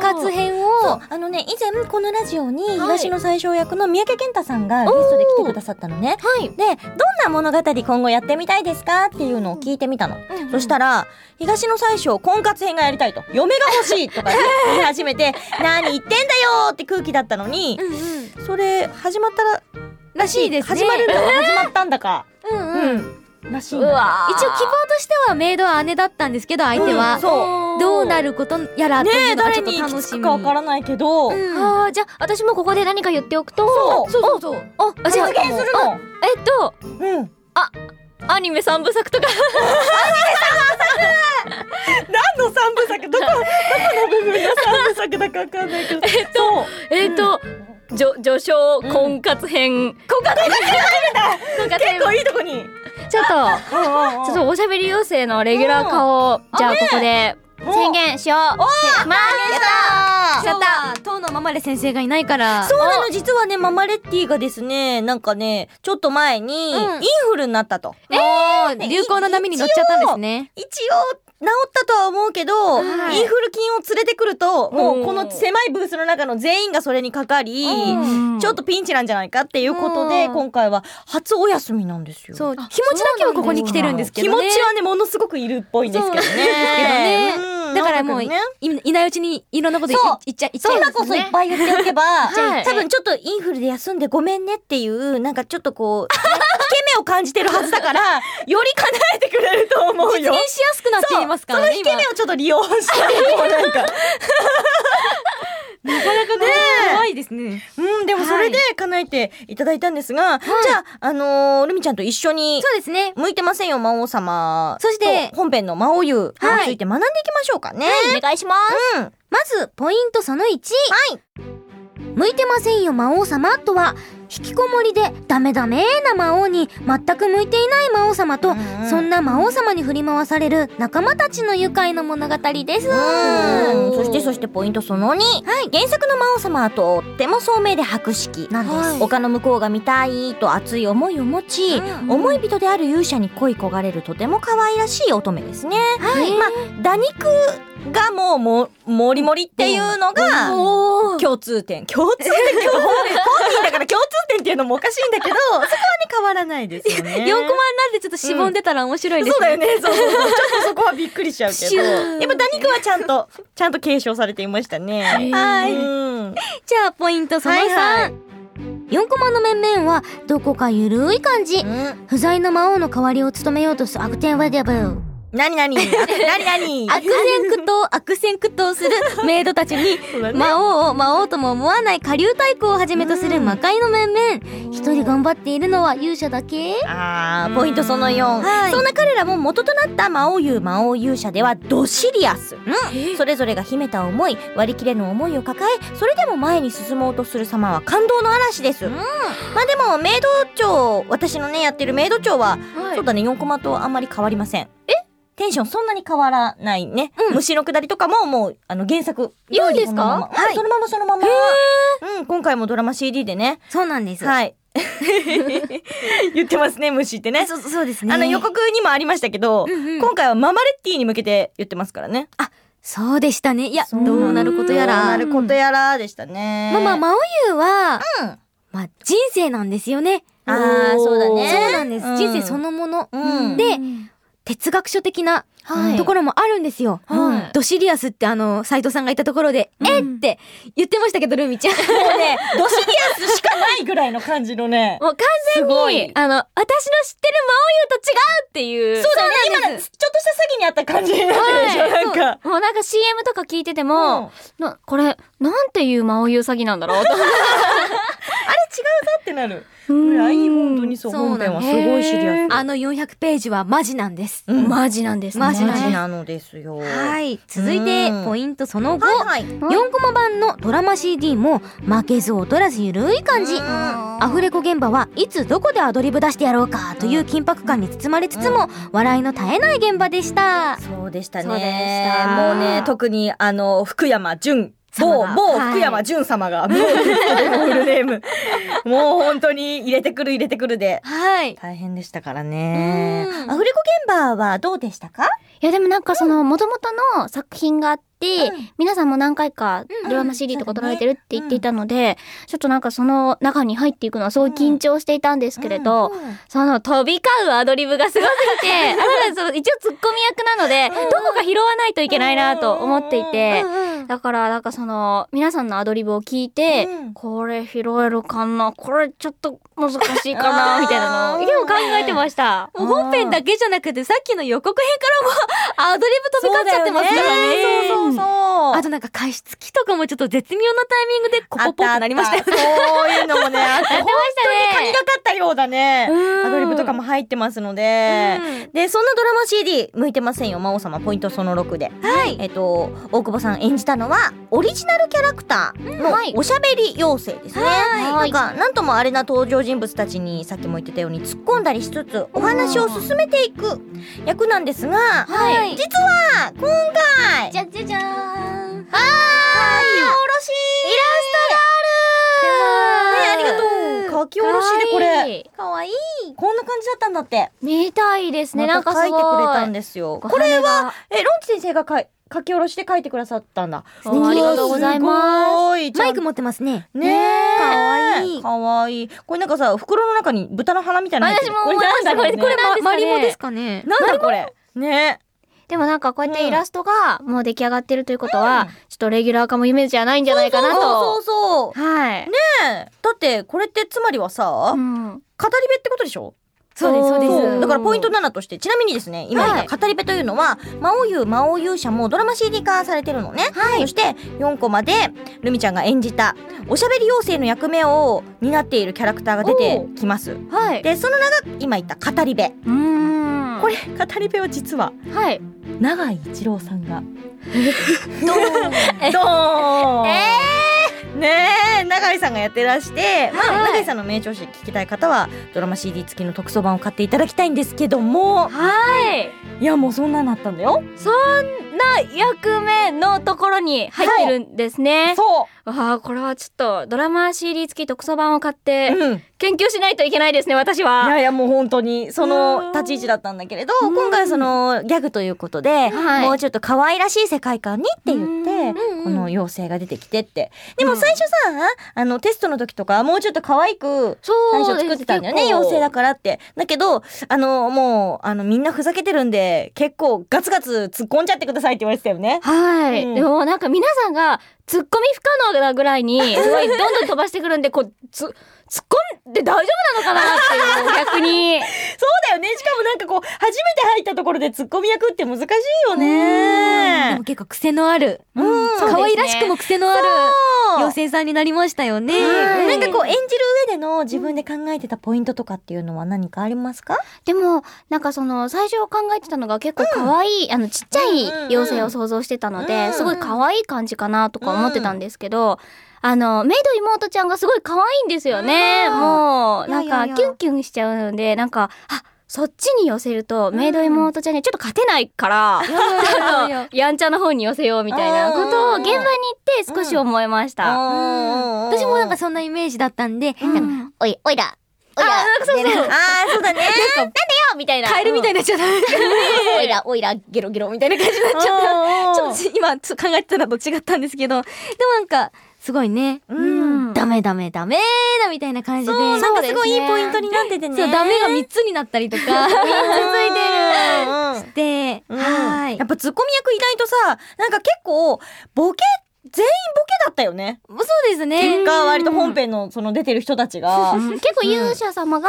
C: 活編
A: そ
C: を
A: うあのね以前このラジオに
C: い
A: 東の最小役の三宅健太さんがゲストで来てくださったのね、でどんな物語今後やってみたいですかっていうのを聞いてみたの、そしたら東の最小婚活編がやりたいと嫁が欲しい とか言い始めて何言ってんだよって空気だったのに、それ始まったら
C: らしいですね
A: 始まるんだか始まったんだか。
C: うんうん
A: うん。らしいん
C: う
A: だ。
C: わ一応希望としてはメイドは姉だったんですけど相手
A: うん
C: は、
A: そう
C: どうなることやらと
A: ね
C: い
A: え
C: うのが
A: 誰
C: ちょっと
A: に行
C: 楽
A: き
C: し
A: 着
C: み
A: くかわからないけど、
C: うん
B: あーじゃあ私もここで何か言っておく
A: そ
B: と
A: う
C: そうそうそう
B: ああじゃあ
A: 実現するの。
B: えっと
A: うん。
B: アニメ三部作とか
A: 何の三部作どこどこの部分が三部作だかわかんないけど。えっと
B: えっと、じょ序章婚活編、婚活編婚活編
A: 結構いいとこに。うん
B: ちょっと
A: うんうん
B: ちょっとおしゃべり妖精のレギュラー化をじゃあここで
A: うん
B: 宣言しようま
A: あ
C: しちゃった当のママレ先生がいないから
A: そうなの実はねママレッティがですねなんかねちょっと前にインフルになったと。
C: もう流行の波に乗っちゃったんですね
A: 一応治ったとは思うけど、
C: い
A: インフル菌を連れてくるともう
C: おー
A: この狭いブースの中の全員がそれにかかり、
C: うん
A: ちょっとピンチなんじゃないかっていうことで、
C: うん
A: 今回は初お休みなんですよ。
C: そう気持ちだけはここに来てるんですけどね
A: 気持ちはねものすごくいるっぽいんですけどね。
C: そうですけどね
A: うん
C: だからもう
A: なんね
C: いいないうちにいろんなことい
A: そう
C: 言っちゃ言っちゃい
A: 今
C: ます
A: こそいっ
C: ね
A: ぱい言っておけば、
C: はい
A: 多分ちょっとインフルで休んでごめんねって いうなんかちょっとこう引け目を感じてるはずだからより叶えてくれると思う思うよ
C: 実現しやすくなっていますからね
A: そうその引け目をちょっと利用してもうなんか
C: なかなかね怖いですね
A: うんでもそれで叶えていただいたんですが、じゃああのールミちゃんと一緒に
B: そうですね
A: 向いてませんよ魔王様
B: そして
A: と本編の魔王湯につ
B: はい
A: いて学んでいきましょうかね、
B: お願いします
A: うんは
B: まずポイントその1
A: い
B: 向いてませんよ魔王様とは引きこもりでダメダメな魔王に全く向いていない魔王様と、
A: うんうん
B: そんな魔王様に振り回される仲間たちの愉快な物語です
A: うんそしてそしてポイントその2、原作の魔王様はとっても聡明で博識なんです、
B: はい
A: 丘の向こうが見たいと熱い思いを持ち、
B: うん
A: 思い人である勇者に恋焦がれるとても可愛らしい乙女ですね、まあ打肉がもうももりもりっていうのが共通点共通点っていうか本人だから共通点っていうのもおかしいんだけど そこはね変わらないですよ ね
C: 4コマになってちょっとしぼんでたら面白いです
A: そうだよね。そうそうそう。ちょっとそこはびっくりしちゃうけど。やっぱ打肉はちゃんと、ちゃんと継承されていましたね。はい。うん。
B: じゃあポイントその3、
A: はいは
B: 4コマの面々はどこかゆるい感じ不在の魔王の代わりを務めようとする悪天はデブー
A: なになになになに
B: 悪戦苦闘悪戦苦闘するメイドた ちに
A: そうだね
B: 魔王を魔王とも思わない下流太鼓をはじめとする魔界の面々一人頑張っているのは勇者だけ
A: あーポイントその4、
B: はい
A: そんな彼らも元となった魔王優魔王勇者ではドシリアス、それぞれが秘めた思い割り切れぬ思いを抱えそれでも前に進もうとする様は感動の嵐です、まあでもメイド長私のねやってるメイド長は、そうだね4コマとあんまり変わりませんえテンションそんなに変わらないね、虫のくだりとかももうあの原作
C: 良いですか
A: はい、そのままそのままうん今回もドラマ CD でね
B: そうなんです
A: はい。言ってますね、虫ってね。
B: そそうですね
A: あの予告にもありましたけど、
B: んうん
A: 今回はママレッティに向けて言ってますからね。
B: そうでしたねいやどうなることや
A: どうな
B: ら
A: ることやらでしたね。
B: まあまあ
A: あ
B: 魔王優は、
A: うん
B: まあ人生なんですよね
A: あー
B: お
A: そうだね
B: そうなんです、
A: うん
B: 人生そのもの、
A: うん
B: で哲学書的な
A: はい
B: ところもあるんですよ、
A: はい
B: ドシリアスってあの斎藤さんがいたところで、えって言ってましたけどルミち ゃん
A: もうね、ドシリアスしかないぐらいの感じの ね。
C: もう完全
A: すご
C: に
A: い
C: あの私の知ってる魔王優と違うっていう
A: そうだね、今のちょっとした詐欺にあった感じになってるでしょ、
C: はい
A: なんか。
C: もうなんか CM とか聞いてても、なこれなんていう魔王優詐欺なんだ ろうと
A: だってなる。ぐらい、本当にそう、
B: そうな
A: 本
B: んだ
A: 編はすごいシリアス。
B: あの400ページはマジなんです、
A: うん
B: マジなんで
A: マ
B: マ
A: ジ
B: ジなんです
A: なのですよ。。
B: はいい続いて
A: うん
B: ポイントその5、
A: はいはい。
B: 4コマ版のドラマ CD も負けず劣らずゆるい感じアフレコ現場はいつどこでアドリブ出してやろうかという緊迫感に包まれつつも笑いの絶えない現場でした
A: そうでしたね。
B: そうでした
A: もうね、特にあの、福山潤。某、
B: 様が
A: 某
B: はい
A: 福山潤様が、もう、フルネー ム。もう本当に入れてくる入れてくるで。
C: はい
A: 大変でしたからね。
C: うん
A: アフレコ現場はどうでしたか
G: いやでもなんかその元々の作品があって、皆さんも何回かドラマ CD とか撮られてるって言っていたので、ちょっとなんかその中に入っていくのはすごい緊張していたんですけれど、その飛び交うアドリブがすごすぎて、あなんかその一応ツッコミ役なので、どこか拾わないといけないなと思っていて、だからなんかその皆さんのアドリブを聞いて、
A: うん
G: これ拾えるかなこれちょっと難しいかなみたいなのを結構考えてました。
C: もう本編だけじゃなくてさっきの予告編からもアドリブ飛び交っちゃってますからね
A: そうそうそう。
C: あとなんか加湿器とかもちょっと絶妙なタイミングでコポポってなりました
A: あっ
C: よ
A: あったそういうのもね、 あって本当に神がかったようだね。
C: うん
A: アドリブとかも入ってますので。で、そんなドラマ CD、向いてませんよ、魔王様、ポイントその6で。
C: はい
A: えっと、大久保さん演じたのは、オリジナルキャラクターのおしゃべり妖精ですね。なんか、なんともあれな登場人物たちに、さっきも言ってたように突っ込んだりしつつ、お話を進めていく役なんですが、
G: はい
A: 実は、今回、
G: じゃじゃじゃーん。
A: 書き下ろしイラストがあるね、ありがとう書き下ろしでこれ、
G: かわいい。
A: こんな感じだったんだって。
G: みたいですね。なんか
A: また書
G: す
A: い
G: ご
A: て
G: い。
A: くれたんですよ。これは、え、ロンチ先生がかい書き下ろしで書いてくださったんだ。
G: 素敵ありがとうございます
A: すごい。
B: マイク持ってますね
A: ねえ。
B: かわいい
A: かわいい。これなんかさ、袋の中に豚の鼻みたいなの入ってる。
G: 私も思いました
A: これなんだろうね。
C: マリモです
B: かね
A: なんだこれ。ね
G: でもなんかこうやって
A: うん
G: イラストがもう出来上がってるということは、ちょっとレギュラー化も夢じゃないんじゃないかなと。
A: そうそうそう。
G: はい。
A: ねえだって、これってつまりはさ、
G: う
A: 語り部
G: ん。
A: ってことでしょ
B: そうですそうです
A: そうだからポイント7としてちなみにですね今言った語り部というのは「魔王優魔王勇者」もドラマ CD 化されてるのね、そして4コマでルミちゃんが演じたおしゃべり妖精の役目を担っているキャラクターが出てきます
C: はい
A: でその名が今言った語り部
G: うーん。
A: これ語り部は実は
C: はい
A: 永井一郎さんが
G: どう
A: ドーンねえ永井さんがやってらして、まあ、永井さんの名調子聞きたい方はドラマ CD 付きの特装版を買っていただきたいんですけども
C: はい
A: いやもうそんななったんだよ
C: な役目のところに入ってるんですね、
A: そ
C: わあこれはちょっとドラマ CD 付き特装版を買っ
A: う、
C: て
A: うん、い
C: 研究しないといけないですね私は
A: やいやもう本当にその立ち位置だったんだけれど
C: ん
A: 今回はそのギャグということで、
G: はい
A: もうちょっと可愛らしい世界観にって言って
B: うんうん
A: この妖精が出てきてってでも最初さあのテストの時とかもうちょっと可愛く最初作ってたんだよね妖精だからってだけどあのもうあのみんなふざけてるんで結構ガツガツ突っ込んじゃってくださいって言われてたよね。
C: はい、
A: うん
C: でもなんか皆さんがツッコミ不可能なぐらい にすごいどんどん飛ばしてくるんでこうつ突っ込んで大丈夫なのかなっていう逆に
A: そうだよねしかもなんかこう初めて入ったところで突っ込み役って難しいよ
B: で
A: ね
B: も。結構癖のある
A: うん
B: 可愛らしくも癖のある
A: そう
B: 妖精さんになりましたよね
A: はいなんかこう演じる上での自分で考えてたポイントとかっていうのは何かありますか？
G: でも、なんかその、最初考えてたのが結構可愛い、あの、ちっちゃ
A: うんうんうん
G: い妖精を想像してたので、
A: うん
G: すごい可愛い感じかなとか思ってたんですけど、あの、メイド妹ちゃんがすごい可愛いんですよね。もう、
B: いや
G: ない
B: や
G: んか、キュンキュンしちゃうので、なんか、あ、そっちに寄せると、メイド妹ちゃんにちょっと勝てないから、
B: いやいや
G: あの、やんちゃな方に寄せようみたいなことを
A: うん
G: 現場に行って少し思いました。
A: あ
B: 私もなんかそんなイメージだったんで、なんかおいおいらおいら
A: そうそうあーそうだね。
G: みたいな。
B: カエルみたいになっちゃった
G: おいら、おいら、ゲロゲロみたいな感じになっちゃ う
A: ちょっ
B: ちょっと今ちょっと考えてたのと違ったんですけどでもなんかすごいね、
A: うん
B: ダメダメダメだみたいな感じで
A: そうなんかすごいいいポイント
B: に
A: になっててね。
B: そうダメが3つになっ たりとか続い
A: うん
B: てるで、
A: うん
B: はーい
A: やっぱツッコミ役いないとさなんか結構ボケ全員ボケだったよね
B: そうですね
A: 結果割と本編のその出てる人たちが。うん
G: 結構勇者様が、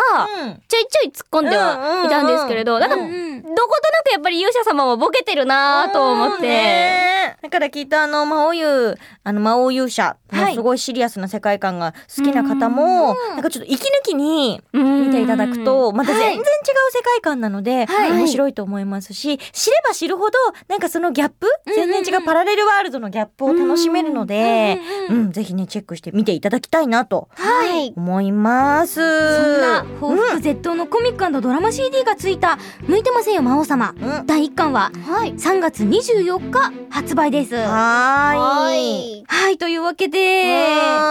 G: ちょいちょい突っ込んではいたんですけれど、
A: うんうんうん
G: なんか、どことなくやっぱり勇者様はボケてるなぁと思っ
A: そう
G: て。
A: ねだからきっとあの魔王優あの魔王勇者のすごいシリアスな世界観が好きな方も、なんかちょっと息抜きに見
G: 見
A: ていただく、とまた全然違う世界観なので、
B: はい
A: 面白いと思いますし知れば知るほどなんかそのギャップ全然違うパラレルワールドのギャップを楽しめるので、うんぜひねチェックして見ていただきたいなと
B: はい
A: 思います。
B: そんな報復絶倒のコミックドラマ CD がついた「向いてませんよ魔王様
A: うん、は」
B: 第1巻は
G: はい。
B: 3月24日発売です。は
A: ーい。
G: い。
B: いというわけで。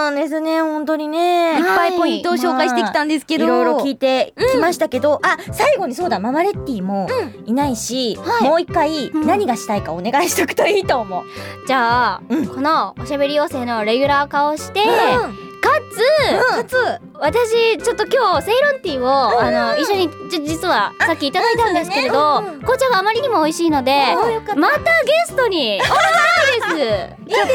A: うんですね本当にね。
B: いっぱいポイントを
A: はい
B: 紹介してきたんですけど、
A: いろいろ聞いてきましたけど、あ最後にそうだママレッティもいないし、もう一回何がしたいかお願いしとくといいと思う。
G: じゃあ、
A: うん
G: このおしゃべり妖精のレギュラー化をして、かつ、かつ、私、ちょっと今日、セイロンティーを、あの、一緒に、じ実は、さっきいただいたんですけれど、紅茶があまりにも美味しいので、またゲストに、お願いです。 ちょっと、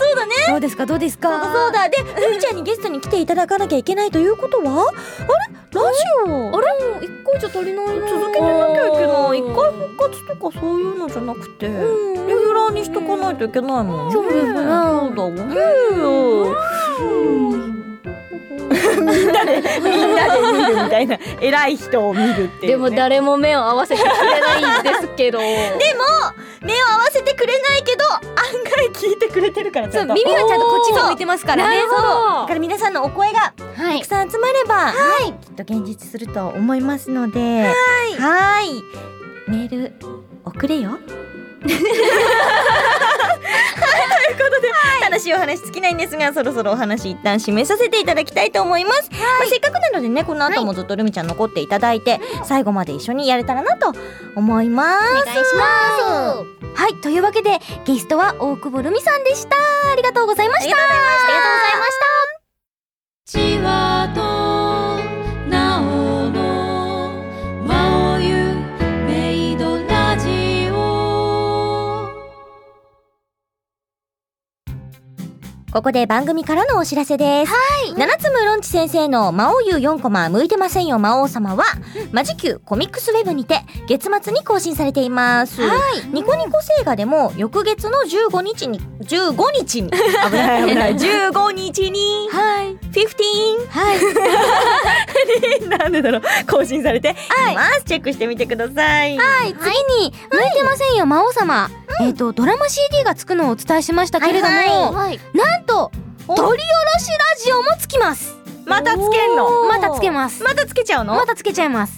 A: そうだね。
B: どうですかどうです
A: そうだそうだ。で、ルミちゃんにゲストに来ていただかなきゃいけないということは、あれラジオ。あれ
B: 一個じゃ足りないな
A: 続けてなきゃいけない。一回復活とかそういうのじゃなくて、レギュラーにしとかないといけないもんね。そうだよね。そうだよ。みんなでみんなで見るみた いな偉い人を見るっていう、ね。
G: でも誰も目を合わせてくれないんです けど。
A: でも目を合わせてくれないけど案外聞いてくれてるからち
B: そ
A: ゃ
B: うん
A: と
B: 耳はちゃんとこっちに向い
A: て
B: てますからね
A: だから皆さんのお声がた
G: はい
A: く。さん集まれば、きっと現実すると思いますのではいいメール送れよはいということで、楽しいお話尽きないんですがそろそろお話一旦締めさせていただきたいと思います、まあ、せっかくなのでねこの後もずっとルミちゃん残っていただいて、最後まで一緒にやれたらなと思います
G: お願いします。
B: はいというわけでゲストは大久保ルミさんでしたありがとうございました
G: ありがとうございました。
L: ちわとなおのまおゆメイドラジオ
B: ここで番組からのお知らせです。はい。七つむろんち先生の魔王優4コマ向いてませんよ魔王様は、マジキューコミックスウェブにて月末に更新されています。はい。ニコニコ星画でも翌月の15日に、15日に、 危ない危 ない、15日に、はい。15! はい。
A: なんでだろう更新されていますチェックしてみてください
B: はい、次に、向いてませんよ魔王様。えっ、と、ドラマ CD がつくのをお伝えしましたけれども、
G: はい。
B: なんと、取り下ろしラジオもつきます。
A: またつけんの
B: またつけます。
A: またつけちゃうの
B: またつけちゃいます。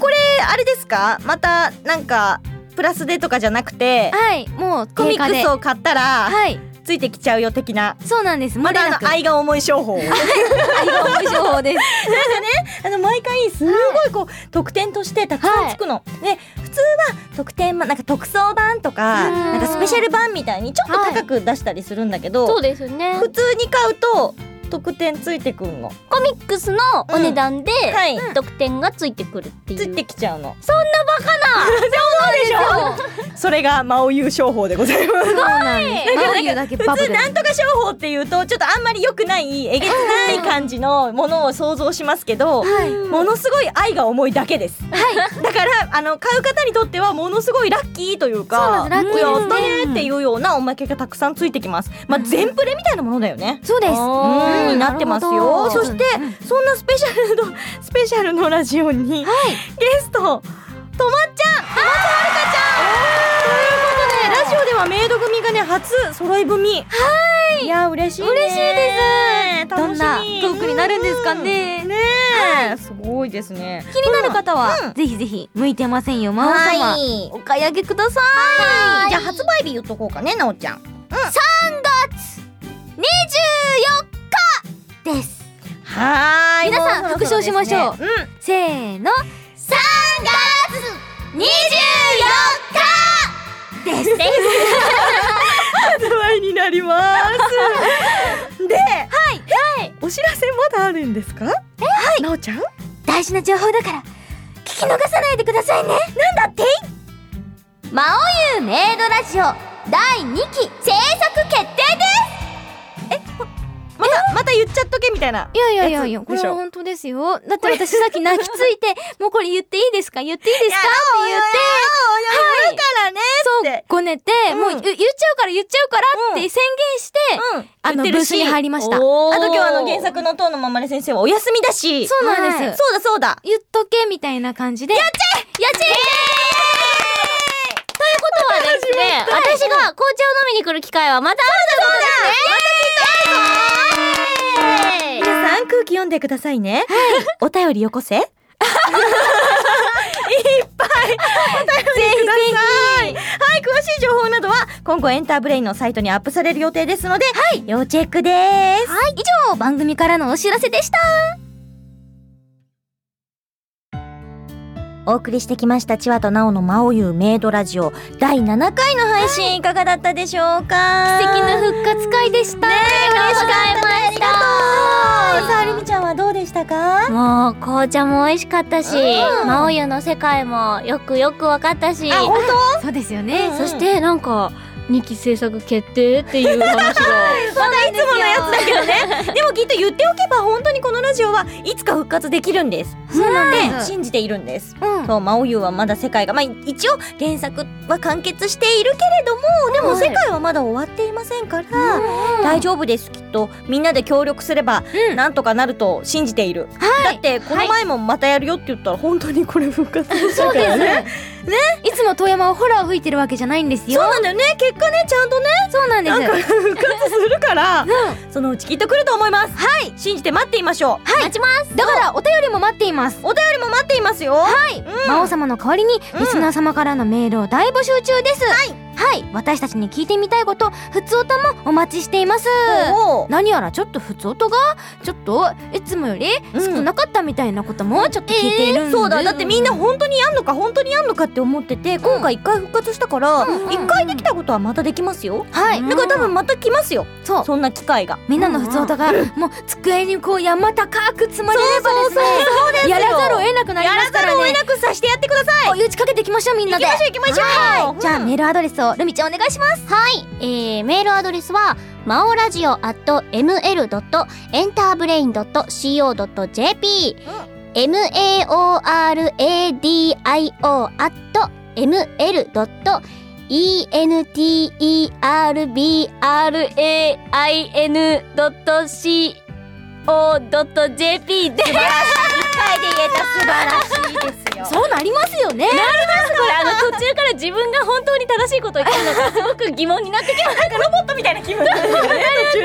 A: これあれですかまたなんかプラスでとかじゃなくて
B: はい、もう
A: コミックス
B: を
A: を買ったら
B: はい、
A: ついてきちゃうよ的な
B: そうなんです。
A: ま
B: ま
A: だあ
B: だ
A: の愛が重い商 法
B: 愛情情報です。
A: あの毎回すごいこう特典としてたくさんつくので普通は特典まなんか特装版とか
B: うん
A: なんかスペシャル版みたいにちょっと高く出したりするんだけ
G: そ
A: ど
G: うですよね。
A: 普通に買うと特典ついてくんの
G: コミックスのお値段で、
A: はい
G: 得点がついてくるっていう。
A: ついてきちゃうの
G: そう
A: それが魔王優商法でございます
B: そうなんです。マオユだけ
A: 普
B: バブ
A: 通
B: ル。
A: なんとか商法っていうとちょっとあんまり良くないえげつない感じのものを想像しますけど、ものすごい愛が重いだけです、だからあの買う方にとってはものすごいラッキーというか
B: そうなんですラッキーですね
A: やったねっていうようなおまけがたくさんついてきますまあ全プレみたいなものだよね
B: そうです。
A: うんになってます
B: なるほ
A: よ
B: ど
A: そしてそんなスペシャルの スペシャルのラジオに、ゲストとまっちゃんとまっちゃんはるかちゃんということでラジオではメイド組がね初揃い踏みはいいや嬉しいね嬉しいです
B: どんなトークになるんですかね。
A: ねえすごいですね
B: 気になる方は、ぜひぜひ向いてませんよ魔王様。
A: い
B: お買い上げください。
A: じゃあ発売日言っとこうかねなおちゃん
B: 二十四日です。
A: は
B: 皆さん拍手をしましょう
A: うん
B: せーの、三月二十四日です。
A: 発売になりますではいはいお知らせまだあるんですかはいなおちゃん
B: 大事な情報だから聞き逃さないでくださいねなんだって魔王優メイドラジオ第2期制作決定です
A: またまた言っちゃっとけみたいない
B: やいやいやい
A: や
B: や
A: つ
B: こ
A: で
B: れ
A: しょ
B: は本当ですよだって私さっき泣きつい て「もうこれ言っていいですか言っていいですか?」って言って
A: 言ってからね
B: そうごねて、
A: うん
B: もう言言っちゃうから言っちゃうからって
A: う
B: 宣言して、
A: うん
B: あの
A: 言ってるし
B: ブースに入りました
A: あと
B: おー
A: 今日あの原作の塔のままで先生はお休みだし
B: そうなんです
A: そうだそうだ
B: 言っとけみたいな感じでやっちゃえやっちゃえ
G: ことはですね、私が紅茶を飲みに来る機会はまたあるということですね。また来たいぞ
A: 皆さん空気読んでくださいねお便りよこせいっぱいお便りくださいはい詳しい情報などは今後エンターブレインのサイトにアップされる予定ですので、要チェックです
B: はい以上番組からのお知らせでした
A: お送りしてきました千和と奈緒の魔王優メイドラジオ第7回の配信いかがだったでしょうか、
B: 奇跡の復活会でした、
A: 嬉しかったですありがとうさありみちゃんはどうでしたか
G: もう紅茶も美味しかったし、魔王湯の世界もよくよく分かったし、
B: そうですよね、
G: そしてなんか2期制作決定っていう話が
A: いつものやつだけどね でもきっと言っておけば本当にこのラジオはいつか復活できるんです
B: そうなんです
A: で信じているんです
B: うん
A: そう魔王優はまだ世界がまあ一応原作は完結しているけれどもでも
G: はい
A: 世界はまだ終わっていませんから、大丈夫ですきっとみんなで協力すれば
B: うん
A: なんとかなると信じている、だってこの前もまたやるよって言ったら本当にこれ復活でしたからね
B: いつも遠山はホラーを吹いてるわけじゃないんです
A: そう
B: よ。
A: なんだよね結果ねちゃんとね
B: そうなんで
A: なんか
B: す。
A: 復活する から、そのうちきっと来ると思いますはい信じて待っていましょう
B: はい、待ちます。だからお便りも待っています。
A: お便りも待っていますよはい
B: 魔王様の代わりにリスナー様からのメールを大募集中です。はい、私たちに聞いてみたいこと、ふつおたもお待ちしています。何やらちょっとふつおとがちょっといつもより少なかったみたいなこともちょっと聞いているんで、
A: そうだだってみんな本当にやんのか本当にやんのかって思ってて今回一回復活したから
B: ん
A: 一回できたことはまたできますよ
B: はい、
A: だから多分また来ますよ
B: そう
A: そんな機会が
B: みんなの普通歌がもう机にこう山高く積まれればですね
A: すよ
B: やらざるを得なくなり
A: や
B: ま
A: ら
B: すか
A: ざ
B: ら
A: るを
B: ね
A: 得なくさせてやってください
B: 追い打ちかけていきましょうみんなで
A: 行きましょう行きましょう
B: じゃあ
A: うん
B: メールアドレスをトルミちゃんお願いします
G: はい、えー、メールアドレスは、まおラジオ ml.enterbrain.co.jp、maoradio ml.enterbrain.co.jp です。
C: そうなりますよね
A: これあの途中から自分が本当に正しいことを言ってるのかすごく疑問になってきましたロボットみたいな気分になるよね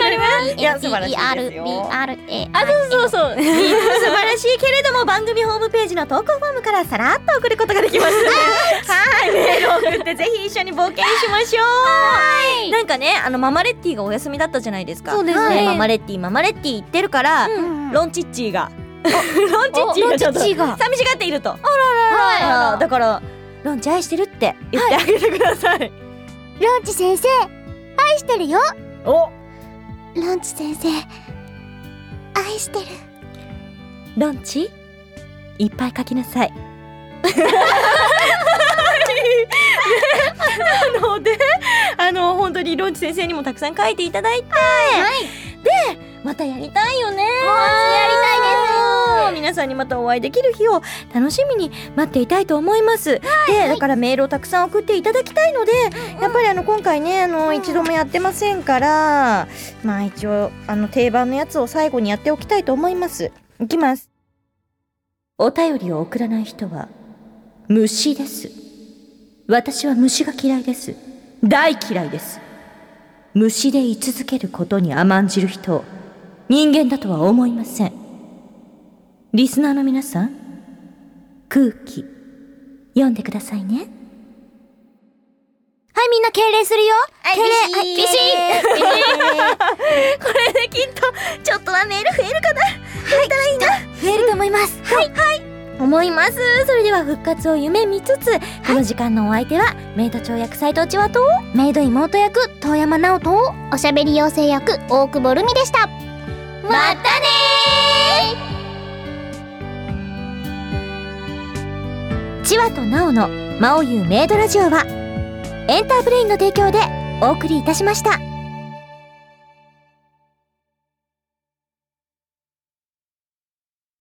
A: なりますいや素晴らしいですよ
G: ERBRA
A: あそうそうそう素晴らしいけれども番組ホームページの投稿フォームからさらっと送ることができ ますのではいメールを送ってぜひ一緒に冒険しましょうなんかねあのママレッティがお休みだったじゃないですか
C: そうですね
A: はいママレッティママレッティ言ってるから、ロンチッチーがロンチッチーがちょっと
C: おロンチッチーが
A: 寂しがっているとあらららだからロンチ愛してるって言ってあげてください、
B: ロンチ先生愛してるよ
A: お
B: ロンチ先生愛してる
A: ロンチいっぱい書きなさい。 ねなのであの本当にロンチ先生にもたくさん書いていただいて、でまたやりたいよねやりたいです皆さんにまたお会いできる日を楽しみに待っていたいと思います、でだからメールをたくさん送っていただきたいので、やっぱりあの今回ねあの、一度もやってませんからまあ一応あの定番のやつを最後にやっておきたいと思いますいきますお便りを送らない人は虫です私は虫が嫌いです大嫌いです虫で居続けることに甘んじる人を人間だとは思いませんリスナーの皆さん空気読んでくださいね
B: はいみんな敬礼するよ敬礼はいビシ
A: これできっとちょっとはメール増えるかな増えたらいいな
B: ー増えると思いますはい
A: 思いますそれでは復活を夢見つつ、この時間のお相手はメイド長役斎藤千和と
B: メイド妹役遠山直人
G: おしゃべり妖精役大久保るみでした
B: またねーチワとナオの「魔王ゆうメイドラジオは」エンターブレインの提供でお送りいたしました。